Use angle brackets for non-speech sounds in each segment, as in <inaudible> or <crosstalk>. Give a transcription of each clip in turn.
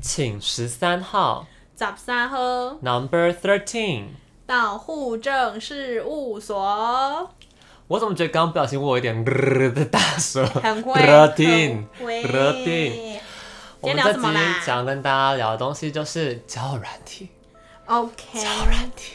请十三号十三号，Number Thirteen。到户政事务所，我怎么觉得刚刚不小心我有一点的大舌？很会 Thirteen，很会 Thirteen 我今们天聊这什集么啦想跟大家聊的东西就是交友软体， OK，交友软体。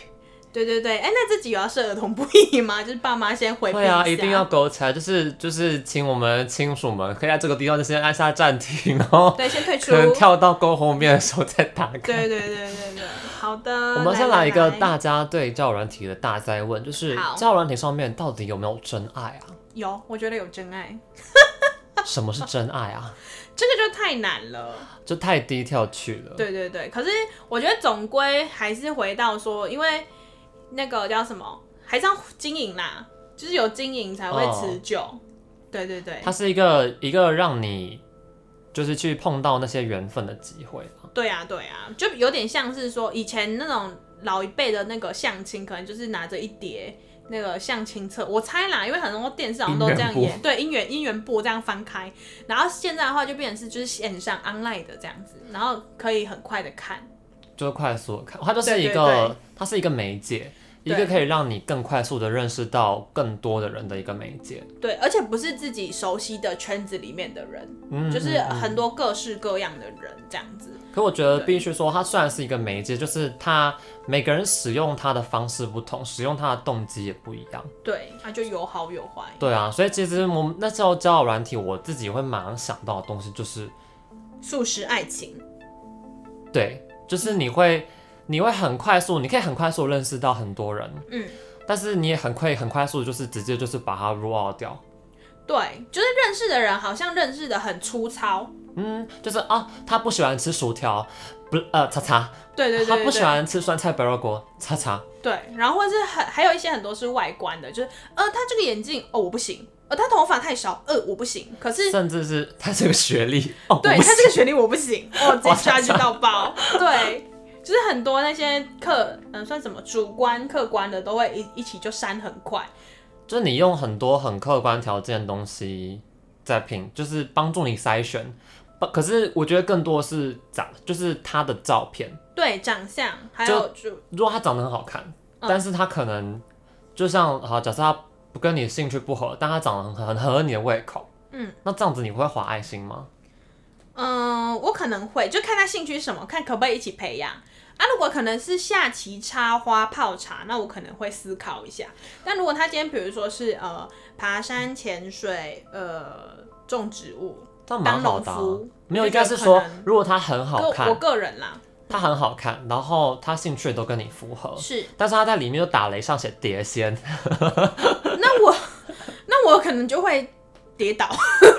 对对对，哎，那这集有要设儿童不宜吗？ <laughs> 就是爸妈先回避对 <laughs> 啊，下一定要。勾起来，就是就是，请我们亲属们可以在这个地方就先按下暂停，然后对，先退出。可能跳到勾后面的时候再打开。对对对对对，好的。我们先来一个大家对交友软体的大灾问，就是好交友软体上面到底有没有真爱啊？有，我觉得有真爱，什么是真爱啊？这个就太难了。就太低调去了。对对对，可是我觉得总归还是回到说，因为那个叫什么，还是要经营啦，就是有经营才会哦持久。对对对，它是一个一个让你就是去碰到那些缘分的机会啊。对啊，对啊，就有点像是说以前那种老一辈的那个相亲，可能就是拿着一叠那个相亲册，我猜啦，因为很多电视好像都这样姻缘演，对，姻缘姻缘簿这样翻开，然后现在的话就变成是就是线上 online 的这样子，然后可以很快的看，就是快速地看，它就是对一对个，对它是一个媒介，一对个可以让你更快速的认识到更多的人的一个媒介。对，而且不是自己熟悉的圈子里面的人，嗯，就是嗯嗯很多各式各样的人这样子，可我觉得对必须说，它虽然是一个媒介，就是它每个人使用它的方式不同，使用它的动机也不一样。对，那就有好有坏，对啊，所以其实我们那时候交友软体，我自己会马上想到的东西就是，素食爱情，对，就是嗯你会你会很快速，你可以很快速地认识到很多人，嗯。但是你也很快很快速，就是直接就是把它 rule out 掉。对，就是认识的人好像认识的很粗糙，嗯，就是啊，他不喜欢吃薯条，不呃，叉叉，对对对对他不喜对欢吃酸菜白肉锅，叉叉，对，然后或者是很还有一些很多是外观的，就是呃，他这个眼镜哦我不行，呃，他头发太少，呃我不行。可是甚至是他这个学历哦，对我不他行这个学历我不 <laughs> 行，我直接哇刷去到爆。对，就是很多那些客嗯、算什么主观客观的都会一一起就删很快。就是你用很多很客观条件的东西在评，就是帮助你筛选。不可是我觉得更多是长，就是他的照片。对，长相还就有就如果他长得很好看，嗯但是他可能就像好，假设他不跟你兴趣不合，但他长得很很合你的胃口，嗯，那这样子你会划爱心吗？嗯、我可能会就看他兴趣是什么，看可不可以一起培养。啊，如果可能是下棋、插花、泡茶，那我可能会思考一下。但如果他今天比如说是呃爬山、潜水、呃种植物，这样蛮好的、啊当农夫。没有，就应该觉得是说可能，如果他很好个我看，个人啦他很好看，然后他兴趣都跟你符合，是，但是他在里面就打雷上写碟仙， <laughs> 那我那我可能就会跌倒，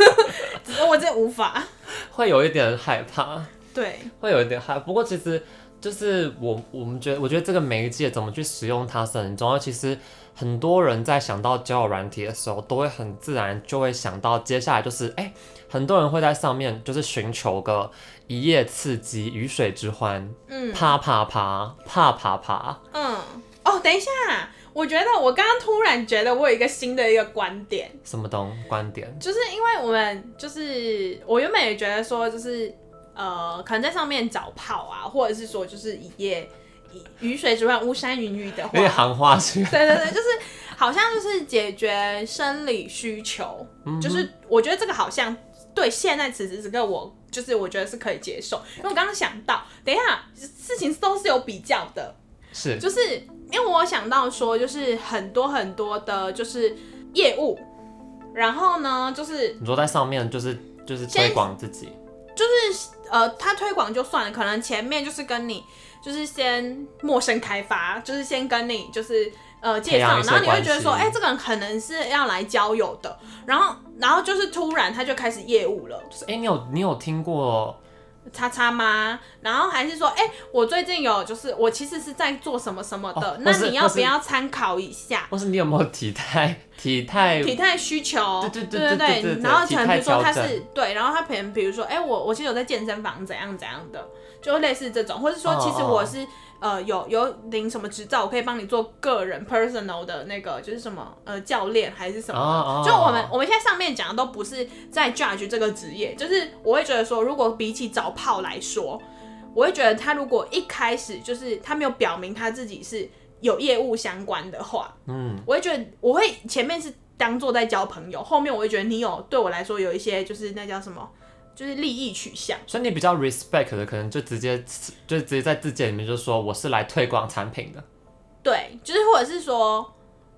<laughs> 只是我这无法。会有一点害怕。对，会有一点害。不过其实就是我我们觉得，我觉得这个媒介怎么去使用它是很重要。其实很多人在想到交友软体的时候，都会很自然就会想到接下来就是哎、很多人会在上面就是寻求个一夜刺激、鱼水之欢，嗯啪啪啪啪啪啪。嗯，哦，等一下，我觉得我刚刚突然觉得我有一个新的一个观点，什么东观点？就是因为我们就是我原本也觉得说就是呃，可能在上面找炮啊，或者是说就是一夜一鱼水之欢，巫山云雨的 <laughs> 有点话，行话去，对对对，就是好像就是解决生理需求，就是我觉得这个好像对现在此时此刻我。就是我觉得是可以接受，因为我刚刚想到，等一下事情都是有比较的，是就是因为我想到说，就是很多很多的，就是业务，然后呢，就是你说在上面就是就是推广自己，呃，他推广就算了，可能前面就是跟你就是先陌生开发，就是先跟你就是呃介培绍，养一然些后你会觉得说，关哎、系这个人可能是要来交友的，然后然后就是突然他就开始业务了，就是哎、你有你有听过叉叉吗？然后还是说，哎、我最近有就是我其实是在做什么什么的，哦那或是你要或是不要参考一下？或是你有没有体态体态体态需求，对对对对对对对然后体可能比态如说他调是对，然后他可能比如说，哎、我我其实有在健身房怎样怎样的，就类似这种，或是说哦其实哦我是、呃有有领什么执照，我可以帮你做个人 personal 的那个就是什么呃教练还是什么的。哦哦就我们我们现在上面讲的都不是在 judge 这个职业，就是我会觉得说，如果比起找炮来说，我会觉得他如果一开始就是他没有表明他自己是有业务相关的话，嗯，我会觉得我会前面是当做在交朋友，后面我会觉得你有对我来说有一些就是那叫什么，就是利益取向。所以你比较 respect 的，可能就直接就直接在字节里面就说我是来推广产品的，对，就是或者是说，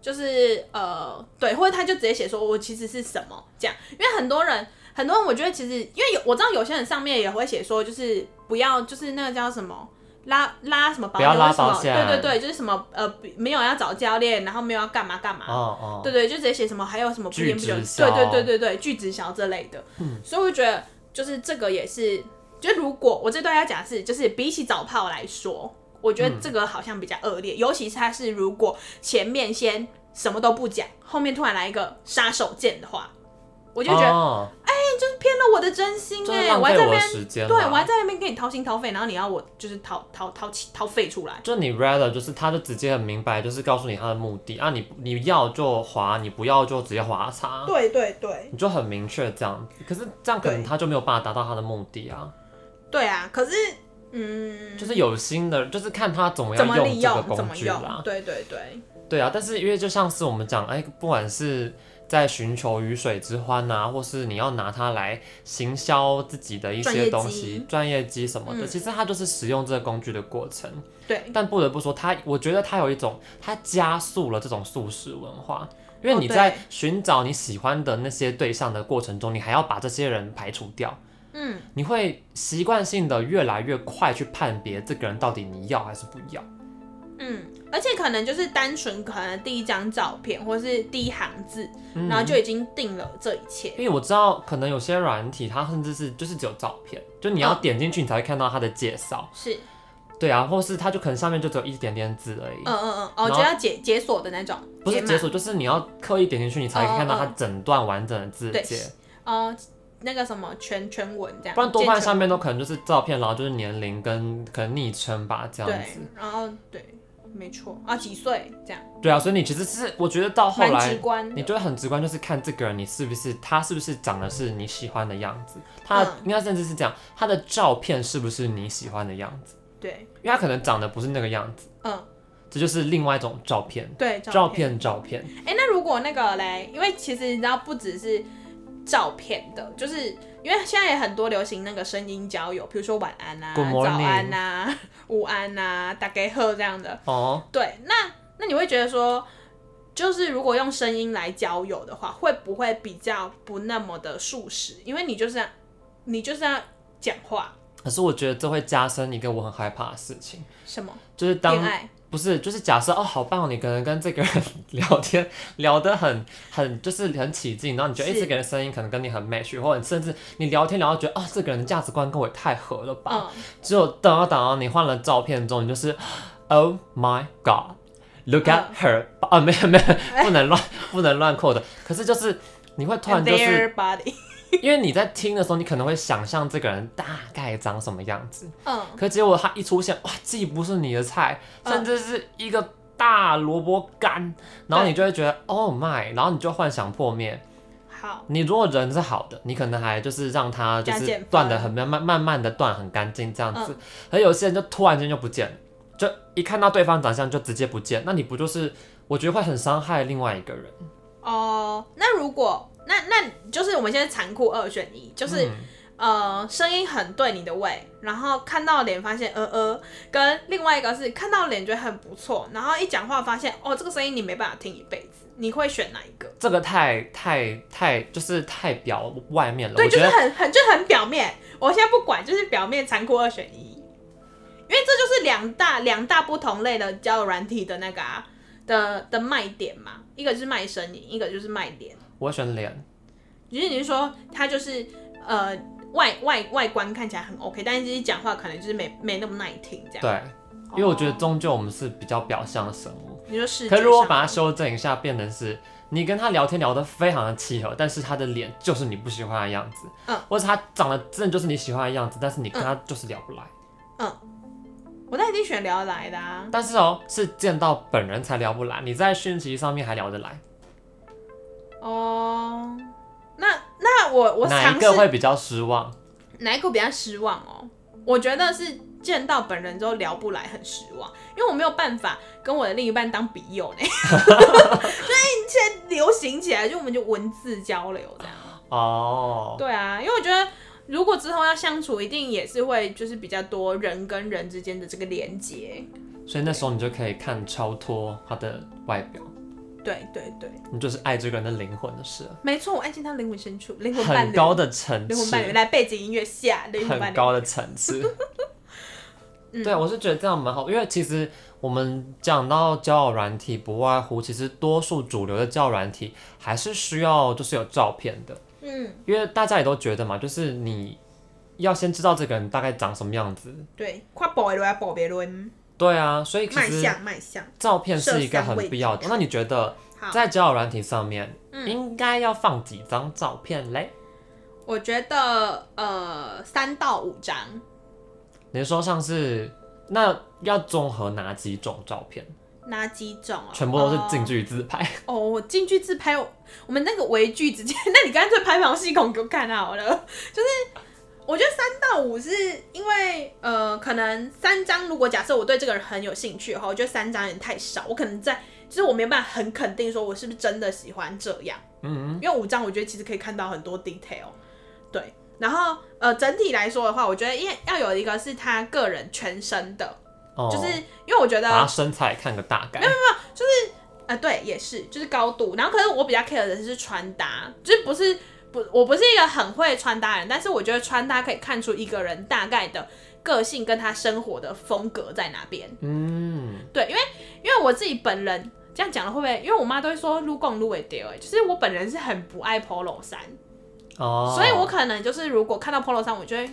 就是呃，对，或者他就直接写说我其实是什么这样，因为很多人，很多人我觉得其实，因为有我知道有些人上面也会写说，就是不要，就是那个叫什么。拉拉什么保不要险？拉为什么保险对对对，就是什么呃，没有要找教练，然后没有要干嘛干嘛。哦哦，对对，就直接写什么，还有什么不巨言不久，直销对对对对对，巨直销这类的。所以我觉得就是这个也是，就如果我这段要讲的是，就是比起早炮来说，我觉得这个好像比较恶劣，尤其是他是如果前面先什么都不讲，后面突然来一个杀手锏的话，我我就觉得、哦、就是骗了我的真心就是哎、浪我还费在那我的边。时间对，啦，我还在那边跟你掏心掏肺，然后你要我就是掏掏掏气掏肺出来，就你 rather 就是他就直接很明白，就是告诉你他的目的啊，你你要就划，你不要就直接划叉，对对对，你就很明确这样子。可是这样可能对他就没有办法达到他的目的啊，对啊，可是嗯，就是有心的，就是看他怎么怎么样利这用个，怎工么具啦用，。对对对，对啊，但是因为就像是我们讲，哎、不管是在寻求鱼水之欢啊，或是你要拿它来行销自己的一专些业东机西、专业机什么的，嗯其实它就是使用这个工具的过程。对，但不得不说，它我觉得它有一种，它加速了这种素食文化，因为哦你对在寻找你喜欢的那些对象的过程中，你还要把这些人排除掉，嗯，你会习惯性的越来越快去判别这个人到底你要还是不要。嗯，而且可能就是单纯可能第一张照片或是第一行字，嗯然后就已经定了这一切。因为我知道，可能有些软体它甚至是就是只有照片，就你要点进去你才会看到它的介绍。是，对啊，或是它就可能上面就只有一点点字而已，嗯嗯嗯，然后哦，就要解解锁的那种，不是码解锁，就是你要刻意点进去你才可以看到它哦哦整段完整的字对节，呃，那个什么全全文这样，不然多半健全上面都可能就是照片，然后就是年龄跟可能昵称吧这样对子。，然后对，没错啊，几岁这样，对啊，所以你其实是我觉得到哦后蛮来。直观的，你就会很直观，就是看这个人你是不是他是不是长得是你喜欢的样子，他嗯应该甚至是这样，他的照片是不是你喜欢的样子，对，因为他可能长得不是那个样子。嗯，这就是另外一种照片，对，照片照 <laughs> 片，哎、那如果那个嘞，因为其实你知道，不只是照片的，就是因为现在也很多流行那个声音交友，比如说晚安啊、 Good 早 morning 安啊、 <laughs> 午安啊、打给贺这样的。哦，对，那那你会觉得说，就是如果用声音来交友的话，会不会比较不那么的速食？因为你就是要你就是要讲话，可是我觉得这会加深一个我很害怕的事情，什么就是当恋爱？不是就是假设哦，好棒哦，你可能跟这个人聊天 <laughs> 聊得很很就是很起劲，然后你觉得哎、是这个人声音可能跟你很 match，或者甚至你聊天聊到觉得哦这个人的价值观跟我也太合了吧，嗯，只有等到等到你换了照片之后，你就是 Oh my God。Look <laughs> at her，啊、没有没有，不能乱 <laughs> 不能乱扣的。可是就是你会突然 and 就是 their body，因为你在听的时候，你可能会想象这个人大概长什么样子，嗯，可结果他一出现，哇，既不是你的菜，嗯甚至是一个大萝卜干，然后对你就会觉得 Oh my，然后你就幻想破灭。好，你如果人是好的，你可能还就是让他就加是减分断的很慢慢慢慢的断很干净这样子嗯，而有些人就突然间就不见了，就一看到对方长相就直接不见，那你不就是我觉得会很伤害另外一个人，哦、那如果那那就是我们现在残酷二选一，就是、嗯呃声音很对你的胃，然后看到脸发现呃呃，跟另外一个是看到脸觉得很不错，然后一讲话发现哦这个声音你没办法听一辈子，你会选哪一个？这个太太太就是太表外面了，对，我就觉是得。很很就很表面，我现在不管，就是表面残酷二选一，因为这就是两大两大不同类的交友软体的那个、啊、的的卖点嘛，一个就是卖声音，一个就是卖脸。我选脸，就是你是说他就是呃外外外观看起来很 OK，但是讲话可能就是没没那么耐听这样。对，因为我觉得哦终究我们是比较表象的生物。你说视觉可是上，如果把它修正一下，变成是你跟他聊天聊得非常的契合，但是他的脸就是你不喜欢的样子，嗯，或者他长得真的就是你喜欢的样子，但是你跟他就是聊不来。我那已经选聊得来的啊，但是哦，是见到本人才聊不来，你在讯息上面还聊得来，哦，那那我我哪尝一试个会比较失望？哪一个比较失望哦？我觉得是见到本人之后聊不来，很失望，因为我没有办法跟我的另一半当笔友呢。 <laughs> 所以现在流行起来，就我们就文字交流这样。哦，对啊，因为我觉得如果之后要相处，一定也是会就是比较多人跟人之间的这个连接。所以那时候你就可以看超脱他的外表，对对对，你就是爱这个人的灵魂的事，没错，我爱进他灵魂深处，灵魂伴很侣，高的层灵魂次，伴侣来背景音乐下，灵魂伴很侣。高的层次。对，啊我是觉得这样蛮好，因为其实我们讲到交友软体，不外乎其实多数主流的交友软体还是需要就是有照片的，嗯，因为大家也都觉得嘛，就是你要先知道这个人大概长什么样子。嗯对，跨宝轮啊，宝别轮，对啊，所以其卖实相卖相。照片是一个摄像位很置必要的。那你觉得好，在交友软体上面嗯应该要放几张照片嘞？我觉得呃三到五张，你说像是那要综合哪几种照片？哪几种啊？全部都是近距离自 <laughs> 拍。哦。哦，我近距自拍，我们那个微距直接， <laughs> 那你干脆拍毛细孔给我看好了。 <laughs> 就是我觉得三到五是因为呃，可能三张，如果假设我对这个人很有兴趣的话，我觉得三张有点太少，我可能在就是我没有办法很肯定说我是不是真的喜欢这样。嗯，因为五张我觉得其实可以看到很多 detail，对。然后呃，整体来说的话，我觉得因为要有一个是他个人全身的，哦就是因为我觉把他得身材看个大概。呃，对，也是就是高度。然后可是我比较 care 的是穿搭，就是不是不我不是一个很会穿搭的人，但是我觉得穿搭可以看出一个人大概的个性跟他生活的风格在哪边。嗯，对，因为因为我自己本人这样讲了会不会？因为我妈都会说撸共撸尾丢，欸就是我本人是很不爱 polo 衫。哦，所以我可能就是如果看到 polo 衫，我就会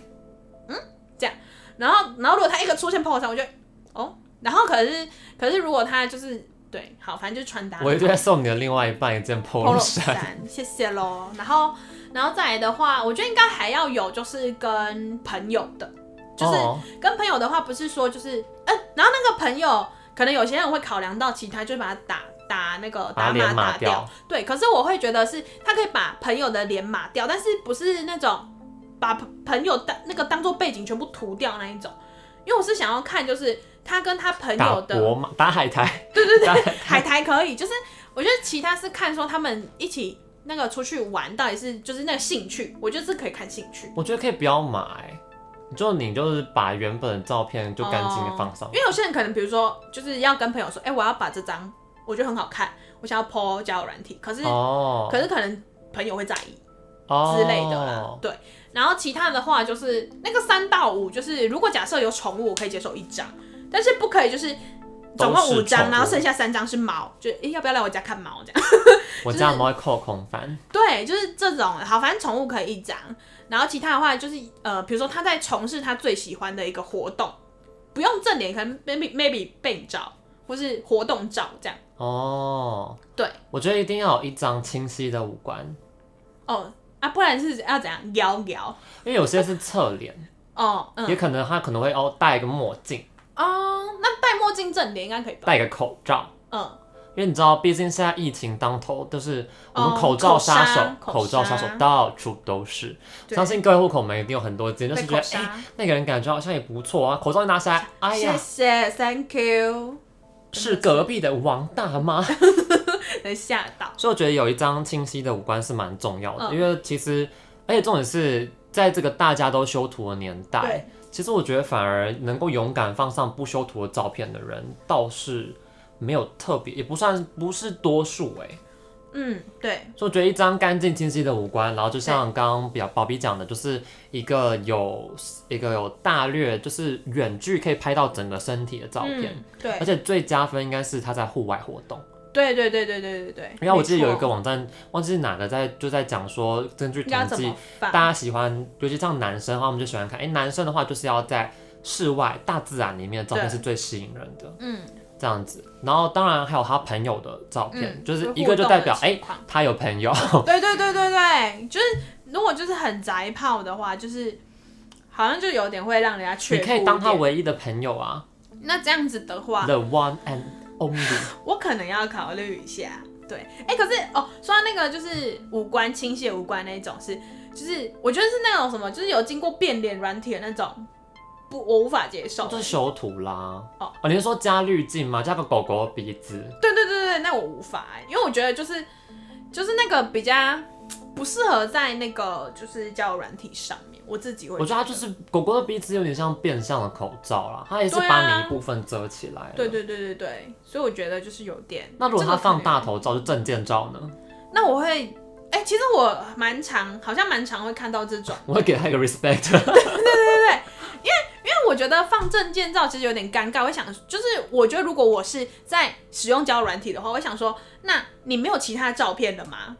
嗯这样，然后然后如果他一个出现 polo 衫，我就会哦，然后可是可是如果他就是对好，反正就是穿搭我一定会送你的另外一半一件 polo polo 衫。衫，谢谢喽。然后然后再来的话，我觉得应该还要有就是跟朋友的，就是哦跟朋友的话，不是说就是嗯、然后那个朋友可能有些人会考量到其他，就把他打打那个把打他码连码打掉掉。对，可是我会觉得是他可以把朋友的脸码掉，但是不是那种把朋朋友当那个当做背景全部涂掉那一种，因为我是想要看就是他跟他朋打友的国码，打海苔， <laughs> 对对对，海苔可以，就是我觉得其他是看说他们一起那个出去玩到底是就是那个兴趣，我觉得是可以看兴趣。我觉得可以不要买，就你就是把原本的照片就干净的放上哦。因为有些人可能比如说就是要跟朋友说，哎、我要把这张我觉得很好看，我想要 PO 交友软体，可是、哦，可是可能朋友会在意哦之类的啦，对。然后其他的话就是那个三到五，就是如果假设有宠物，我可以接受一张，但是不可以就是。总共五都是宠张，物然后剩下三张是毛，就、诶要不要来我家看毛这样？我家猫会扣空翻。对，就是这种。好，反正宠物可以一张，然后其他的话就是呃，比如说他在从事他最喜欢的一个活动，不用正脸，可能 maybe maybe 背影照或是活动照这样。哦，对，我觉得一定要有一张清晰的五官，哦啊，不然是要怎样摇摇？因为有些是侧脸，哦，嗯，也可能他可能会哦戴一个墨镜，哦，那戴墨镜正脸应该可以吧？戴一个口罩。嗯，因为你知道，毕竟现在疫情当头，就是我们哦口罩杀手，口杀口罩杀口手杀到处都是。对相信各位户口们一定有很多间，就是被觉口得哎、杀。那个人感觉好像也不错啊，口罩一拿下来，哎谢呀，谢，Thank you，是隔壁的王大妈。 <laughs> 能吓到。所以我觉得有一张清晰的五官是蛮重要的，嗯因为其实，而且重点是在这个大家都修图的年代对，其实我觉得反而能够勇敢放上不修图的照片的人，倒是没有特别，也不算不是多数哎、嗯，对，所以我觉得一张干净清晰的五官，然后就像刚刚比较宝比讲的，就是一个有一个有大略，就是远距可以拍到整个身体的照片。嗯而且对，最加分应该是他在户外活动，对对对对对对对。因为我记得有一没个错网站，忘记是哪个在就在讲说，根据要统怎计么，放？大家喜欢，尤其像男生的话，我们就喜欢看，哎、男生的话就是要在室外大自然里面的照片对是最吸引人的，嗯，这样子。然后当然还有他朋友的照片，嗯就是一个就代表哎、互动的情况他有朋友，对对对对对，就是如果就是很宅炮的话，就是好像就有点会让人家却你步一可点。以当他唯一的朋友啊那这样子的话， ，the one and only。我可能要考虑一下。对，哎、可是哦，说到那个就是五官倾斜五官那一种是，就是我觉得是那种什么，就是有经过变脸软体的那种不，我无法接受。就是修图啦。哦哦，你是说加滤镜吗？加个狗狗的鼻子？对对对对，那我无法欸、因为我觉得就是就是那个比较不适合在那个就是交友软体上面，我自己会我觉得它就得是狗狗的鼻子有点像变相的口罩啦，它也是对啊把你一部分遮起来了。对对对对对，所以我觉得就是有点。那如果这它个放可大头照，就证件照呢？ <laughs> 能，那我会哎、其实我蛮常，好像蛮常会看到这种，我会给它一个 respect。 <laughs> 因为我觉得放证件照其实有点尴尬。我想就是我觉得如果我是在使用交友软体的话，我想说，那你没有其他照片的吗？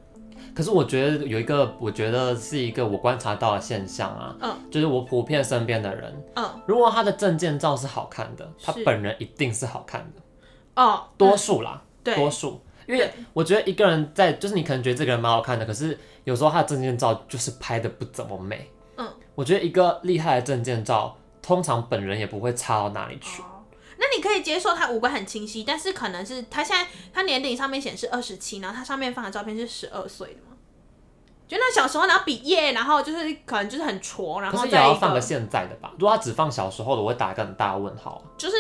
可是我觉得有一个，我觉得是一个我观察到的现象啊，嗯就是我普遍身边的人，嗯如果他的证件照是好看的，他是本人一定是好看的，哦，多嗯数啦，对多数。因为我觉得一个人在，就是你可能觉得这个人蛮好看的，可是有时候他的证件照就是拍的不怎么美。嗯，我觉得一个厉害的证件照，通常本人也不会差到哪里去。哦，那你可以接受他五官很清晰，但是可能是他现在他年龄上面显示二十七，然后他上面放的照片是十二岁的吗？就那小时候，然后毕业，然后就是可能就是很挫，然可后是也再要一放个个现在的吧，如果他只放小时候的，我会打一个很大的问号啊。就是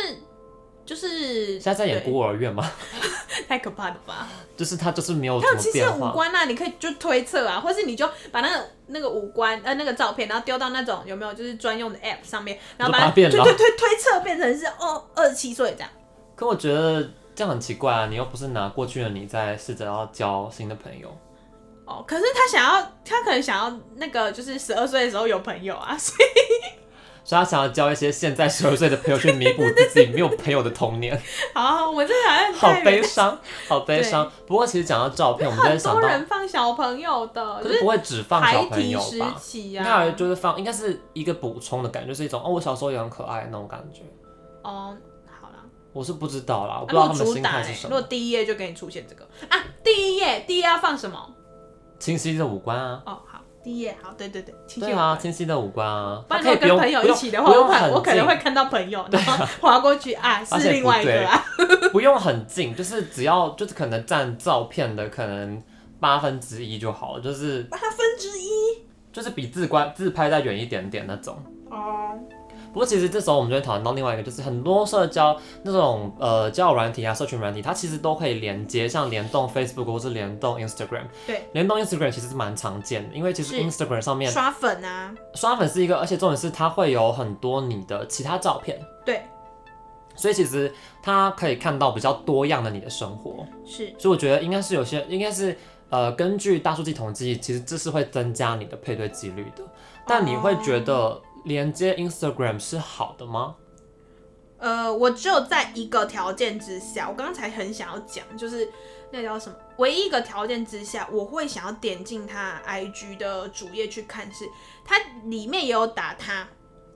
就是现在在演孤儿院吗？ <laughs> 对太可怕了吧？就是他就是没有他怎有么其实变有五化。官啊，你可以就推测啊，或是你就把那个那个五官呃那个照片，然后丢到那种有没有就是专用的 app 上面，然后就把它它对变对老对推测变成是哦二十七岁这样。可我觉得这样很奇怪啊！你又不是拿过去的你在试着要交新的朋友，哦，可是他想要，他可能想要那个，就是十二岁的时候有朋友啊，所以所以他想要交一些现在十二岁的朋友去弥补自己没有朋友的童年，好，我这好 <laughs> 像好太悲伤，好悲伤。不过其实讲到照片，我们就会很想多到，人放小朋友的，可就是是不会只放小孩朋提友时吧？期应该啊，就是放，应该是一个补充的感觉，就是一种哦，我小时候也很可爱那种感觉。哦，好啦，我是不知道啦，我啊不知如道果他们主心打、态是欸，什如果么，第一页就给你出现这个啊，第一页，第一页要放什么？清晰的五官啊，哦，好，第一页，好，对对对，亲对戚啊，，清晰的五官啊，不然他可如以不果跟用朋友一起的话，不用我不用可很我可能近会看到朋友，然后划过去啊，而是且另不外一对个啊， <laughs> 不用很近，就是只要就是可能占照片的可能八分之一就好了，就是八分之一就是比自观自拍再远一点点那种。哦，不过其实这时候我们就会讨论到另外一个，就是很多社交那种呃交友软体啊、社群软体，它其实都可以连接，像联动 Facebook 或是联动 Instagram。对，联动 Instagram 其实是蛮常见的，因为其实是 Instagram 上面 <laughs> 刷粉啊，刷粉是一个，而且重点是它会有很多你的其他照片，对，所以其实它可以看到比较多样的你的生活。是所以我觉得应该是有些，应该是呃，根据大数据统计，其实这是会增加你的配对几率的。但你会觉得连接 Instagram 是好的吗？呃，我只有在一个条件之下，我刚才很想要讲，就是那叫什么，唯一一个条件之下，我会想要点进他 IG 的主页去看是，它里面也有打他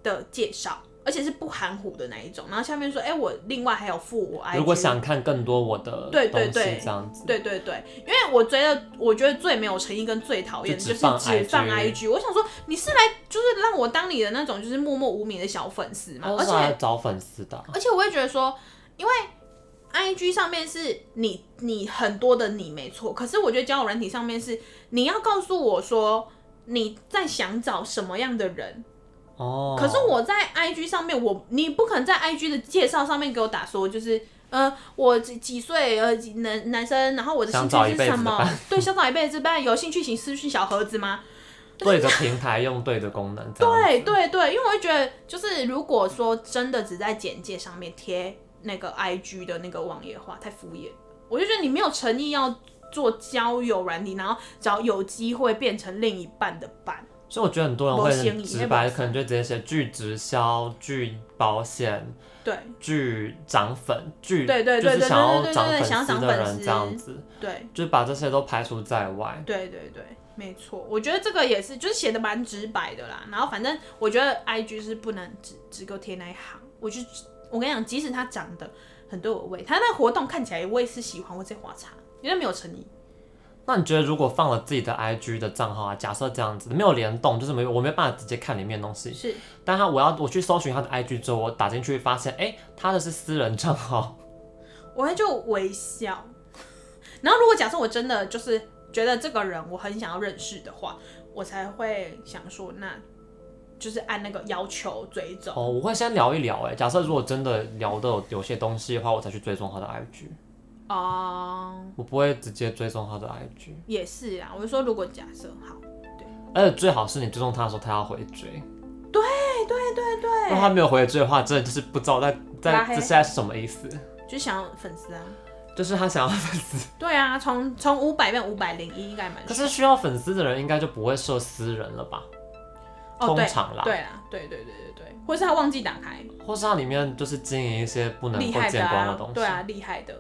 的介绍，而且是不含糊的那一种，然后下面说，哎、我另外还有附我 IG，如果想看更多我的对东对西，对这样子。对对对，因为我觉得我觉得最没有诚意跟最讨厌的就就只是放只放 IG IG，我想说你是来就是让我当你的那种就是默默无名的小粉丝嘛，他而哦是且嗯来找粉丝的啊，而且我会觉得说，因为 I G 上面是你你很多的你没错，可是我觉得交友软体上面是你要告诉我说你在想找什么样的人，哦。可是我在 I G 上面我你不可能在 I G 的介绍上面给我打说就是。呃，我几几岁？呃，几男男生，然后我的兴想趣找一是辈子什的么伴？对，想找一辈子伴，有兴趣请私讯小盒子吗？对着平台用对的功能，这样子对对对，因为我会觉得，就是如果说真的只在简介上面贴那个 IG 的那个网页的话，太敷衍了。我就觉得你没有诚意要做交友软体，然后找有机会变成另一半的伴。所以我觉得很多人没会生很意直那白，没可能就直接写拒直销、拒保险、对拒涨粉、拒对对对就是对想对要对涨对粉想要丝涨的粉人丝这样子，对就是把这些都排除在外。对对对，没错。我觉得这个也是，就是写的蛮直白的啦。然后反正我觉得 IG 是不能只只给我贴那一行。我就我跟你讲，即使他长得很对我味，他那活动看起来我也是喜欢，我直接划叉，因为没有诚意。那你觉得如果放了自己的 IG 的账号啊，假设这样子没有联动，就是没有我没有办法直接看里面的东西，是。但他我要我去搜寻他的 IG 之后，我打进去发现，哎、他的是私人账号，我会就微笑。然后如果假设我真的就是觉得这个人我很想要认识的话，我才会想说那就是按那个要求追踪。哦，我会先聊一聊哎、假设如果真的聊的有有些东西的话，我才去追踪他的 IG，哦、我不会直接追踪他的 IG，也是啊。我就说如果假设好，而且最好是你追踪他的时候，他要回追。对如果他没有回追的话，真的就是不知道在在拉这黑现在是什么意思，就想要粉丝啊。就是他想要粉丝，对啊，从从五百变五百零一，应该蛮可爽。是需要粉丝的人应该就不会设私人了吧？哦，通对，常啦，对啦，对对对对对，或是他忘记打开，或是它里面就是经营一些不能厉够害嗯的见光的啊东，西。对啊，厉害的。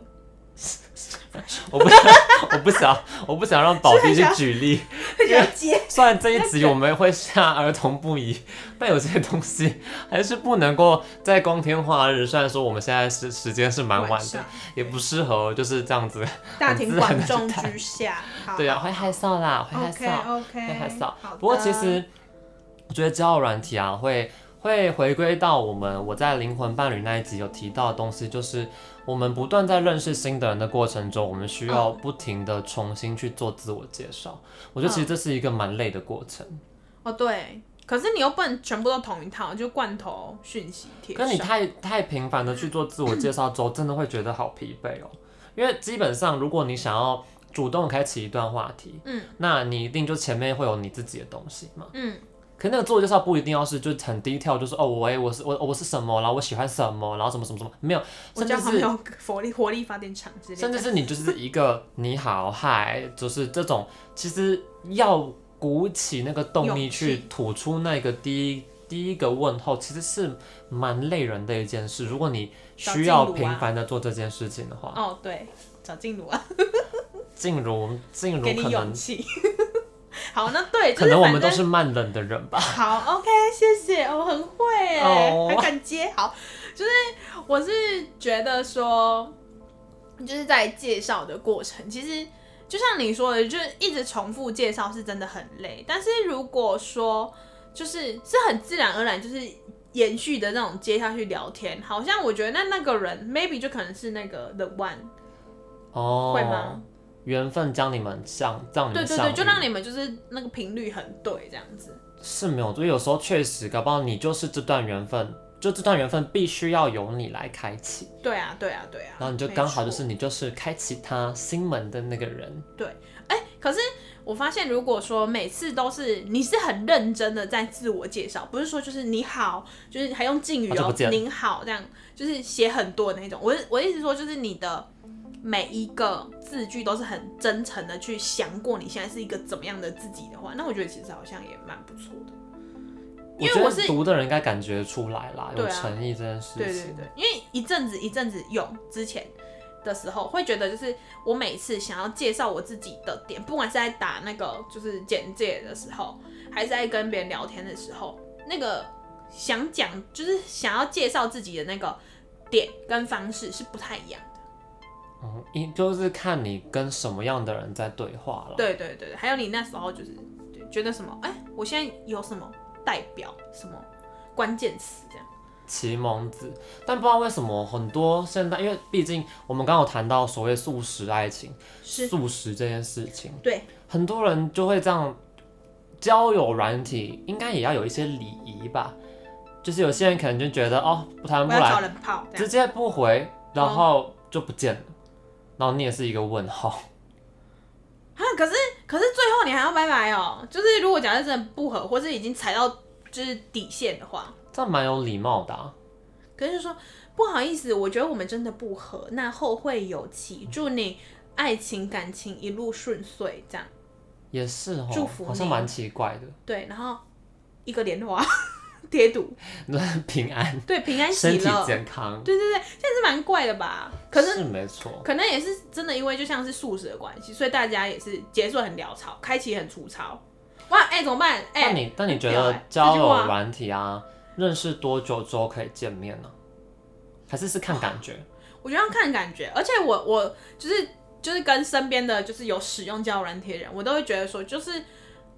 <laughs> 我不 <laughs> 我不想我不想让宝弟去举例。了 <laughs> 解。虽然这一集我们会下儿童不宜，但有些东西还是不能够在光天化日。虽然说我们现在是时间是蛮晚晚的上，也不适合就是这样子。大庭广众之下，好对啊，会害臊啦，会害，OK 臊。 OK，会害臊。不过其实我觉得交友软体啊，会会回归到我们我在灵魂伴侣那一集有提到的东西，就是我们不断在认识新的人的过程中，我们需嗯要不停的重新去做自我介绍。我觉得其实这是一个蛮累的过程。哦对，可是你又不能全部都同一套，就罐头讯息贴可上。你太太频繁的去做自我介绍之后，真的会觉得好疲惫哦。因为基本上，如果你想要主动开启一段话题，嗯，那你一定就前面会有你自己的东西嘛。嗯，可那个自我介绍不一定要是就很低调，就是哦，我哎，我是我我是什么，然后我喜欢什么，然后什么什么什么，没有，我甚家至旁边是有活力活力发电厂之类甚的。至是你就是一个你好嗨，就是这种，其实要鼓起那个动力勇气去吐出那个第一第一个问候，其实是蛮累人的一件事。如果你需要找进频度啊繁的做这件事情的话，哦对，找静茹啊，静茹静茹给可你勇能气。 <laughs> 好，那对，就可是能我们反都正是慢冷的人吧。好，OK，谢谢，我、很会耶哦还敢接。好，就是我是觉得说，就是在介绍的过程，其实就像你说的，就是一直重复介绍是真的很累。但是如果说就是是很自然而然，就是延续的那种接下去聊天，好像我觉得那那个人 maybe 就可能是那个 the one，、哦，会吗？缘分将你们相，让你对们对相对，遇，就让你们就是那个频率很对这样子。是没有，就有时候确实，搞不好你就是这段缘分，就这段缘分必须要由你来开启，对啊，对啊，对啊。然后你就没刚好就错是你就是开启他心门的那个人，哎、可是我发现，如果说每次都是你是很认真的在自我介绍，不是说就是你好，就是还用敬语啊这不哦、见了您好这样，就是写很多的那种。我我一直说，就是你的每一个字句都是很真诚的去想过你现在是一个怎么样的自己的话，那我觉得其实好像也蛮不错的。因为我我觉得是读的人应该感觉出来啦，有对啊诚意这件事情。对对对，因为一阵子一阵子用之前的时候，会觉得就是我每次想要介绍我自己的点，不管是在打那个就是简介的时候，还是在跟别人聊天的时候，那个想讲就是想要介绍自己的那个点跟方式是不太一样的。嗯，一就是看你跟什么样的人在对话了。，对对对，还有你那时候就是对觉得什么，哎、我现在有什么代表什么关键词这样。启蒙子，但不知道为什么很多现在，因为毕竟我们刚刚有谈到所谓素食爱情、是素食这件事情，对，很多人就会这样，交友软体应该也要有一些礼仪吧。就是有些人可能就觉得哦，不谈我不要找来，人泡这直样。接不回，然后就不见了，然后你也是一个问哦号。啊，可是可是最后你还要拜拜哦，就是如果假设真的不合，或是已经踩到就是底线的话，这样蛮有礼貌的、啊，可是就说不好意思，我觉得我们真的不合，那后会有期，祝你爱情感情一路顺遂，这样也是哦祝，福好像你蛮奇怪的。对，然后一个莲 <laughs> 花贴图，那平安，对，平安喜身体乐，健康，对对对，现在是蛮怪的吧？可是是没错。可能也是真的，因为就像是素食的关系，所以大家也是结束很潦草，开启很粗糙。哇，哎、怎么办？哎、那你那你觉很得屌欸交这句友话软体啊，认识多久之后可以见面呢、还是是看感觉？我觉得要看感觉，而且我我就是就是跟身边的就是有使用交友软体的人，我都会觉得说，就是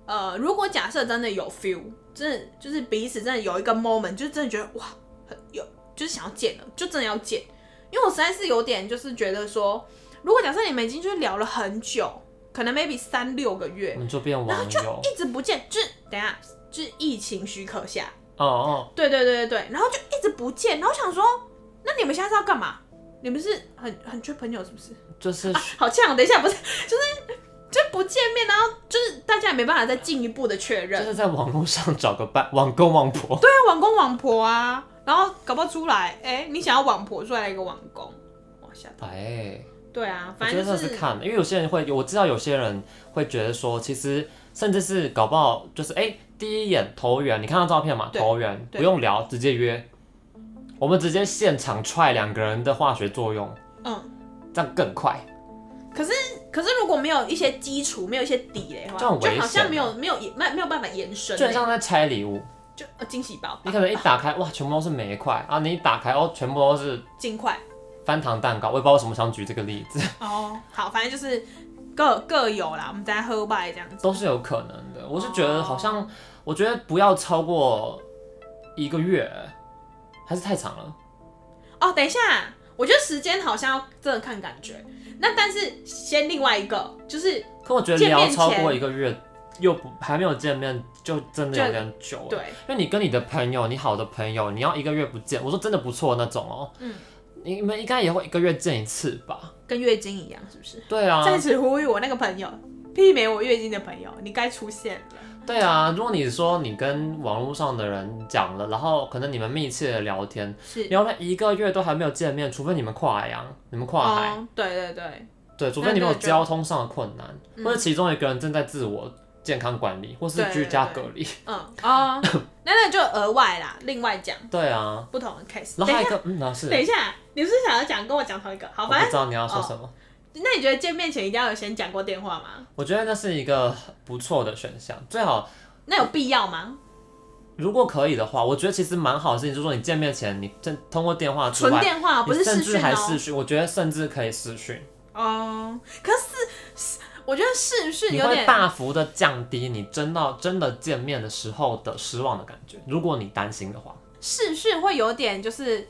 呃，如果假设真的有 feel，真的就是彼此真的有一个 moment，就真的觉得哇，很有就是想要见了，就真的要见，因为我实在是有点就是觉得说，如果假设你们已经就是聊了很久，可能 maybe 三六个月我，们就变网友，一直不见，就是等一下，就是疫情许可下，哦哦，对对对对对，然后就一直不见，然后我想说，那你们现在是要干嘛？你们是很很缺朋友是不 <laughs> 是？就是啊，好呛哦！等一下，不是，就是就不见面，然后就是大家也没办法再进一步的确认就。是在网络上找个伴，网公网婆。对啊，网公网婆啊，然后搞不好出来，哎、你想要网婆出来一个网公，哇吓到！哎，对啊，我反觉得正就这是看，因为有些人会，我知道有些人会觉得说，其实甚至是搞不好就是哎、第一眼投缘，你看到照片嘛，对投缘对不用聊，直接约，我们直接现场踹两个人的化学作用，嗯，这样更快。可是如果没有一些基础，没有一些底嘞，这很危就好像险啊没有没有延没没有办法延伸就欸，很像在拆礼物，就呃惊喜包你可能一打开哇，全部都是煤块啊，你一打开哦，全部都是尽快翻糖蛋糕，我也不知道为什么想举这个例子， <laughs> 哦，好，反正就是各各有啦，我们再喝拜这样子。都是有可能的。我是觉得好像，我觉得不要超过一个月，还是太长了。哦，等一下，我觉得时间好像要真的看感觉。那但是先另外一个，就是可我觉得聊超过一个月，又不还没有见面，就真的有点久了。对，因为你跟你的朋友，你好的朋友，你要一个月不见，我说真的不错那种哦、嗯，你们应该也会一个月见一次吧？跟月经一样，是不是？对啊，在此呼吁我那个朋友，媲美我月经的朋友，你该出现了。对啊。如果你说你跟网络上的人讲了，然后可能你们密切的聊天，是，聊了一个月都还没有见面，除非你们跨洋，你们跨海，哦，对对对，对，除非你们那有对就交通上的困难，嗯或者其中一个人正在自我健康管理，或是对居家对隔对离。嗯哦，那那就额外啦，另外讲对啊，不同的 case。然等后还一有一下，个，嗯，老师。等一下，你是不是想要讲跟我讲同一个？好，我不反哦知道你要说什么。正那你觉得见面前一定要有先讲过电话吗？我觉得那是一个不错的选项，最好那有必要吗？如果可以的话，我觉得其实蛮好的事情，就是说你见面前你正通过电话之纯外，电话不你是甚视至讯还哦视。讯，我觉得甚至可以视讯，哦，可是是我觉得视讯你有会点大幅的降低你真到真的见面的时候的失望的感觉。如果你担心的话，视讯会有点就是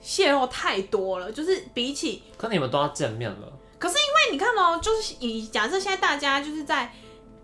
泄露太多了，就是比起可你们都要见面了，那你看哦，就是以假设现在大家就是在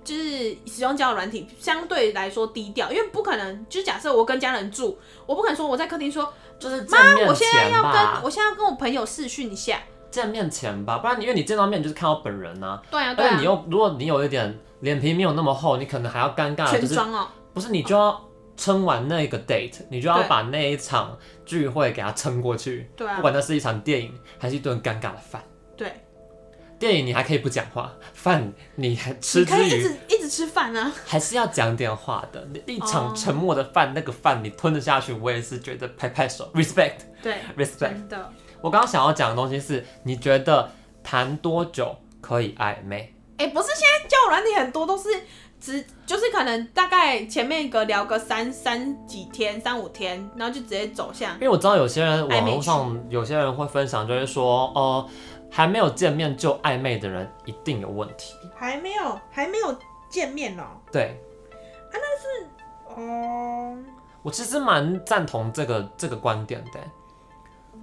就是使用交友软体，相对来说低调，因为不可能。就是假设我跟家人住，我不可能说我在客厅说，就是见妈，我面现在前要跟吧，我现在要跟我朋友视讯一下。见面前吧，不然你因为你见到面就是看到本人呐、对啊，对而且啊你，又如果你有一点脸皮没有那么厚，你可能还要尴尬，全就是装哦。不是你就要撑完那个 date，你就要对把那一场聚会给它撑过去。对啊不管那是一场电影，还是一顿尴尬的饭。对，电影你还可以不讲话，饭你还你吃之可以一余直一直吃饭啊。还是要讲点话的。你一哦场沉默的饭，那个饭你吞得下去，我也是觉得拍拍手，respect 对， respect。真的。我刚刚想要讲的东西是，你觉得谈多久可以暧昧？哎、不是，现在交友软体很多都是直，就是可能大概前面个聊个三三几天、三五天，然后就直接走向因为我知道有些人暧网昧络上有些人会分享，就是说，哦、还没有见面就暧昧的人一定有问题。还没有还没有见面哦。对哦，我其实蛮赞同这个这个观点的，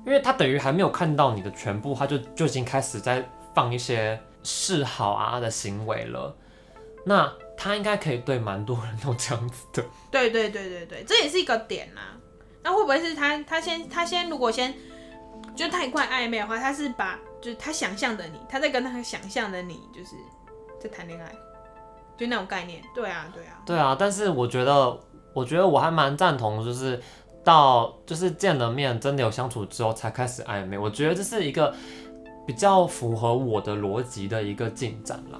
因为他等于还没有看到你的全部，他就就已经开始在放一些示好啊的行为了。那他应该可以对蛮多人都这样子的，对对对对对，这也是一个点啦。那会不会是他他先他先如果先就太快暧昧的话，他是把就是他想象的你，他在跟他想象的你就是在谈恋爱，就那种概念。对啊对啊，对啊。但是我觉得，我觉得我还蛮赞同，就是到就是见了面，真的有相处之后才开始暧昧，我觉得这是一个比较符合我的逻辑的一个进展啦。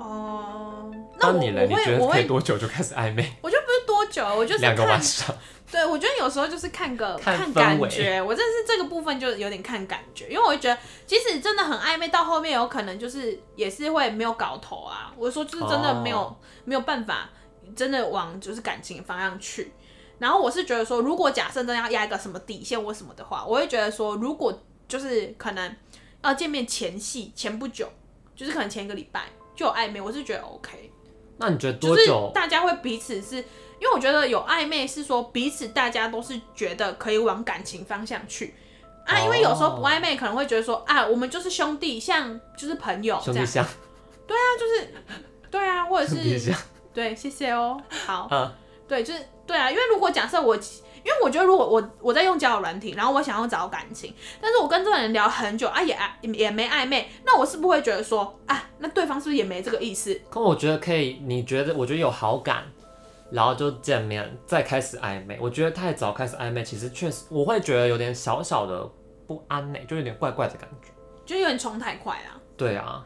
哦、那那我你嘞，我你会觉得我可以会多久就开始暧昧？我就不是多久，啊我 <laughs> 就是两个看晚上。对，我觉得有时候就是看个看氛感围觉，我真的是这个部分就有点看感觉，因为我会觉得即使真的很暧昧，到后面有可能就是也是会没有搞头啊。我说就是真的没有、哦没有办法，真的往就是感情方向去。然后我是觉得说，如果假设真的要压一个什么底线或什么的话，我会觉得说，如果就是可能要见面前戏前不久，就是可能前一个礼拜就有暧昧，我是觉得 OK。那你觉得就多是久？大家会彼此是，因为我觉得有暧昧是说彼此大家都是觉得可以往感情方向去啊，哦因为有时候不暧昧可能会觉得说啊，我们就是兄弟，像就是朋友这兄弟样，相，对啊，或者兄弟是相，对，谢谢哦，好，嗯对，就是对啊，因为如果假设我，因为我觉得如果我我在用交友软体，然后我想要找感情，但是我跟这个人聊很久啊，也暧也没暧昧，那我是不是会觉得说，啊，那对方是不是也没这个意思？可我觉得可以，你觉得我觉得有好感，然后就见面，再开始暧昧。我觉得太早开始暧昧，其实确实我会觉得有点小小的不安呢、就有点怪怪的感觉。就有点冲太快啦。对啊，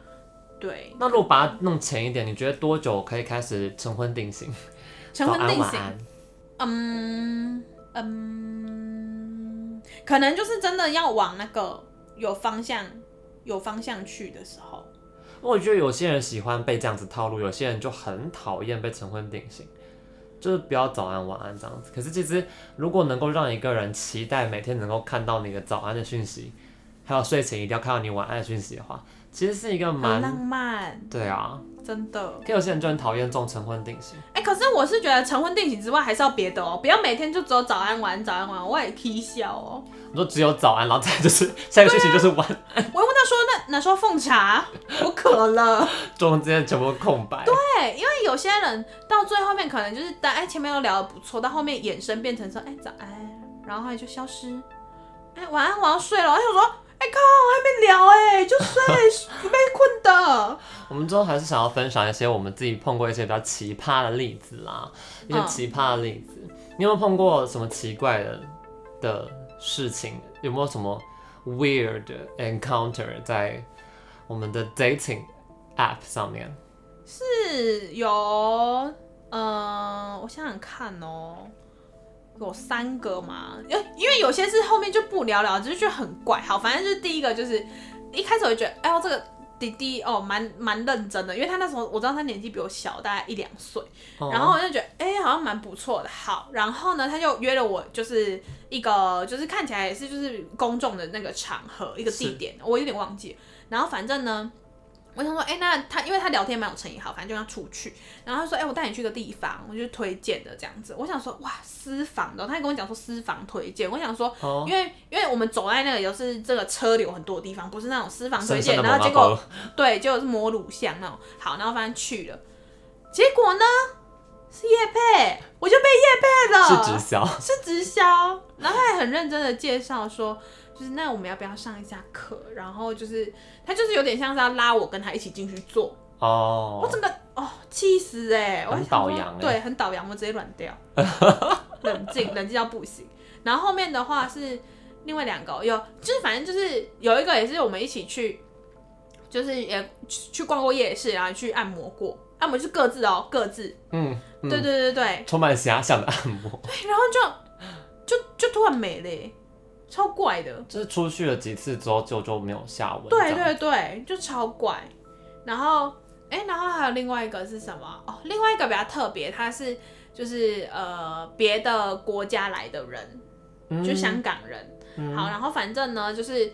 对，那如果把它弄浅一点，你觉得多久可以开始成婚定型？成婚定早安晚型，安嗯嗯，可能就是真的要往那个有方向、有方向去的时候。我觉得有些人喜欢被这样子套路，有些人就很讨厌被晨昏定型，就是不要早安晚安这样子。可是其实如果能够让一个人期待每天能够看到你的早安的讯息，还有睡前一定要看到你晚安的讯息的话，其实是一个很蛮浪漫，对啊。真的。可有些人就很讨厌这种晨昏定型，哎、可是我是觉得成婚定型之外，还是要别的哦，不要每天就只有早安晚安早安晚安，我也 k 笑哦。你说只有早安，然后再就是下一个讯息就是晚，我又问他说，那哪时候奉茶？我渴了。中间全部空白。对，对，哎因为有些人到最后面可能就是大哎前面又聊得不错，到后面衍生变成说哎早安，然后后来就消失，哎晚安我要睡了，我就想说哎靠还没聊哎就睡被困的，我们之后还是想要分享一些我们自己碰过一些比较奇葩的例子啦，一些嗯奇葩的例子。你有没有碰过什么奇怪的的事情？有没有什么 weird encounter 在我们的 dating app 上面？是有呃我想想看哦。有三个嘛，因为因为有些是后面就不聊聊，只是觉得很怪。好，反正就是第一个就是一开始我就觉得，哎呦这个弟弟哦，蛮蛮认真的，因为他那时候我知道他年纪比我小，大概一两岁。哦然后我就觉得，哎、好像蛮不错的。好，然后呢，他就约了我，就是一个，就是看起来也是就是公众的那个场合，一个地是点，我有点忘记了。然后反正呢， <laughs> 我想说，哎、那他因为他聊天蛮有诚意，好，反正就跟他出去。然后他说，哎、我带你去个地方，我就推荐的这样子。我想说，哇，私房的，他还跟我讲说私房推荐。我想说，哦，因为因为我们走在那个也是这个车流很多的地方，不是那种私房推深荐深，的然蒙后到结果包了，对，结果是摸乳像那种。好，然后反正去了，结果呢是叶配，我就被叶配了，是直销。是直销，然后他还很认真的介绍说，就是那我们要不要上一下课？然后就是他就是有点像是要拉我跟他一起进去做，我哦，整个哦气死哎、欸，我很还想说倒洋欸对，很倒洋，我直接软 <laughs> 掉，冷静冷静到不行。然后后面的话是另外两个，有就是反正就是有一个也是我们一起去，就是也去去逛过夜市，然后去按摩过，按摩就是各自哦各自，嗯，嗯对对对对充满遐想的按摩。对，然后就就就突然没了欸、超怪的，就是出去了几次之后就就没有下文。对这样对对，就超怪。然后，哎、然后还有另外一个是什么？哦，另外一个比较特别，他是就是呃别的国家来的人，嗯就香港人。嗯好，然后反正呢就是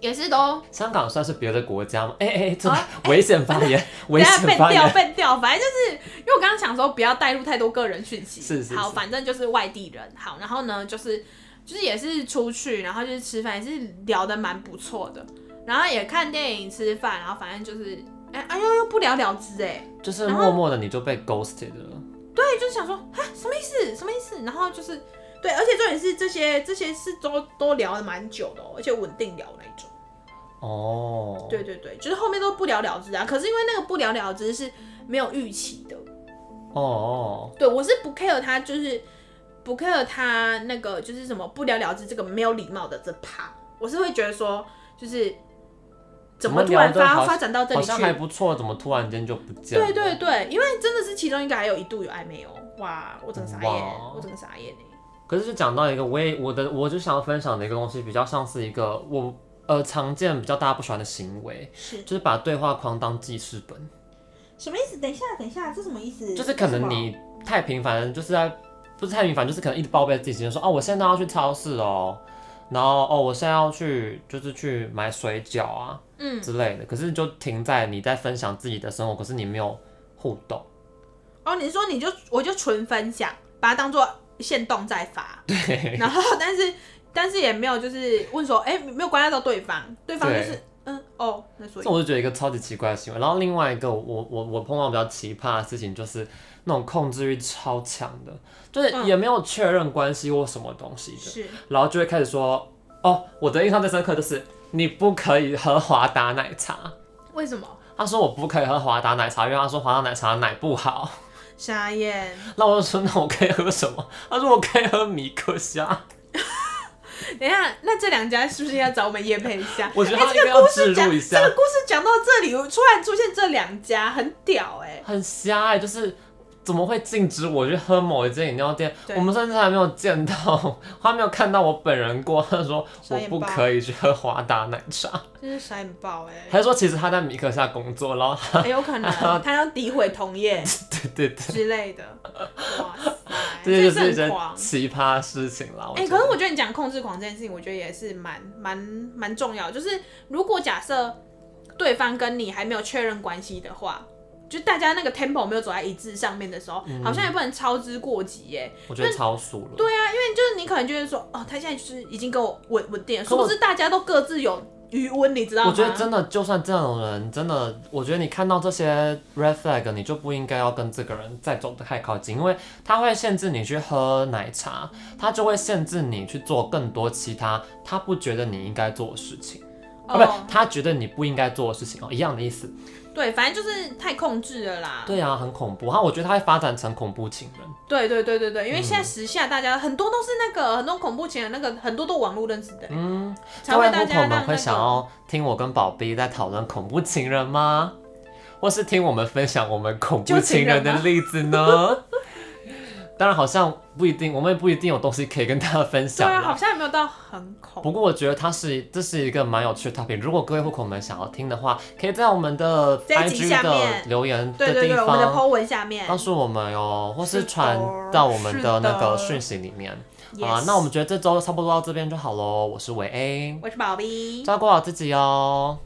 也是都香港算是别的国家吗？哎、哎、这啊个危险发言，危 <laughs> 等下险发被调 <laughs> 言。被调，反正就是因为我刚刚想说不要带入太多个人讯息，是是好，是反正就是外地人，好，然后呢就是就是也是出去，然后就是吃饭，也是聊得蛮不错的，然后也看电影吃饭，然后反正就是哎哎呦又不了了之哎，就是默默的你就被 ghosted 了，对，就是想说啊什么意思什么意思，然后就是对，而且重点是这些这些是都都聊得蛮久的、哦，而且稳定聊那一种。哦，对，对对，就是后面都不了了之啊。可是因为那个不了了之是没有预期的，哦，对我是不 care 他，就是不 care 他那个就是什么不了了之这个没有礼貌的这趴，我是会觉得说就是怎么突然怎么聊得发好发展到这好里去像？还不哦错，怎么突然间就不见了？对对对，因为真的是其中一个还有一度有暧昧哦，哇，我整个傻眼哇，哦我整个傻眼哎，可是就讲到一个，我也我的我就想要分享的一个东西，比较像是一个我呃常见比较大家不喜欢的行为，是就是把对话框当记事本。什么意思？等一下，等一下，这什么意思？就是可能你太频繁，就是在不是太频繁，就是可能一直报备自己时间，说哦，我现在要去超市哦，然后哦，我现在要去就是去买水饺啊嗯，之类的，可是就停在你在分享自己的生活，可是你没有互动，哦，你说你就我就纯分享，把它当做限动在发， <laughs> <laughs> 哎对，然后但是但是也没有就是问说，哎、没有关注到对方，对方就是嗯哦，那所以这我就觉得一个超级奇怪的行为。然后另外一个我我我碰到比较奇葩的事情，就是那种控制欲超强的，就是嗯也没有确认关系或什么东西的，是然后就会开始说，哦，我的印象最深刻就是你不可以喝华达奶茶。为什么？他说我不可以喝华达奶茶，因为他说华达奶茶奶不好。 <laughs> 傻眼，那我就说那我可以喝什么？他说我可以喝米克虾。？等一下，那这两家是不是要找我们叶配一下我觉得哎他应这该个要故置事讲，入一下这个故事讲到这里，突然出现这两家，很屌哎、很瞎哎、就是怎么会禁止我去喝某一间饮料店？对我们甚至还没有见到，他没有看到我本人过。他说我傻眼吧不可以去喝华达奶茶，真是傻眼爆哎、还是说其实他在米克夏工作，然后他很有可能他要诋毁同业对对对，之类的。哇塞， <laughs> 这就是一真是很件狂。奇葩哦的事情啦。我哎、觉可是得我觉得你讲控制狂这件事情，我觉得也是蛮蛮蛮重要的。就是如果假设对方跟你还没有确认关系的话，就大家那个 tempo 没有走在一致上面的时候，嗯好像也不能操之过急耶。我觉得超熟了。对啊，因为就是你可能就是说，哦，他现在就是已经跟我稳稳定了，可殊我不知大家都各自有余温，你知道吗？我觉得真的，就算这种人，真的，我觉得你看到这些 red flag，你就不应该要跟这个人再走得太靠近，因为他会限制你去喝奶茶，他就会限制你去做更多其他他不觉得你应该做的事情，啊，不是哦，他觉得你不应该做的事情哦，一样的意思。对，反正就是太控制了啦。对啊，很恐怖。然后我觉得他会发展成恐怖情人，对对对对对，因为现在时下大家很多都是那个很多恐怖情人，那个很多都网络认识的，嗯，才各会位大户家口让、那们个、会想要听我跟宝贝在讨论恐怖情人吗？或是听我们分享我们恐怖情人的例子呢？ <laughs> 当然，好像不一定，我们也不一定有东西可以跟大家分对享啦。啊，好像也没有到很恐怖。不过我觉得它是这是一个蛮有趣的 topic，如果各位户口们想要听的话，可以在我们的这一集 IG 下的面留言对的地对对，我们的方 Po 文下面。告诉我们哦，或是是的传到我们的那个是的讯息里面。好 Yes 啊，那我们觉得这周差不多到这边就好喽。我是维 A，我是宝贝，照顾好自己哦。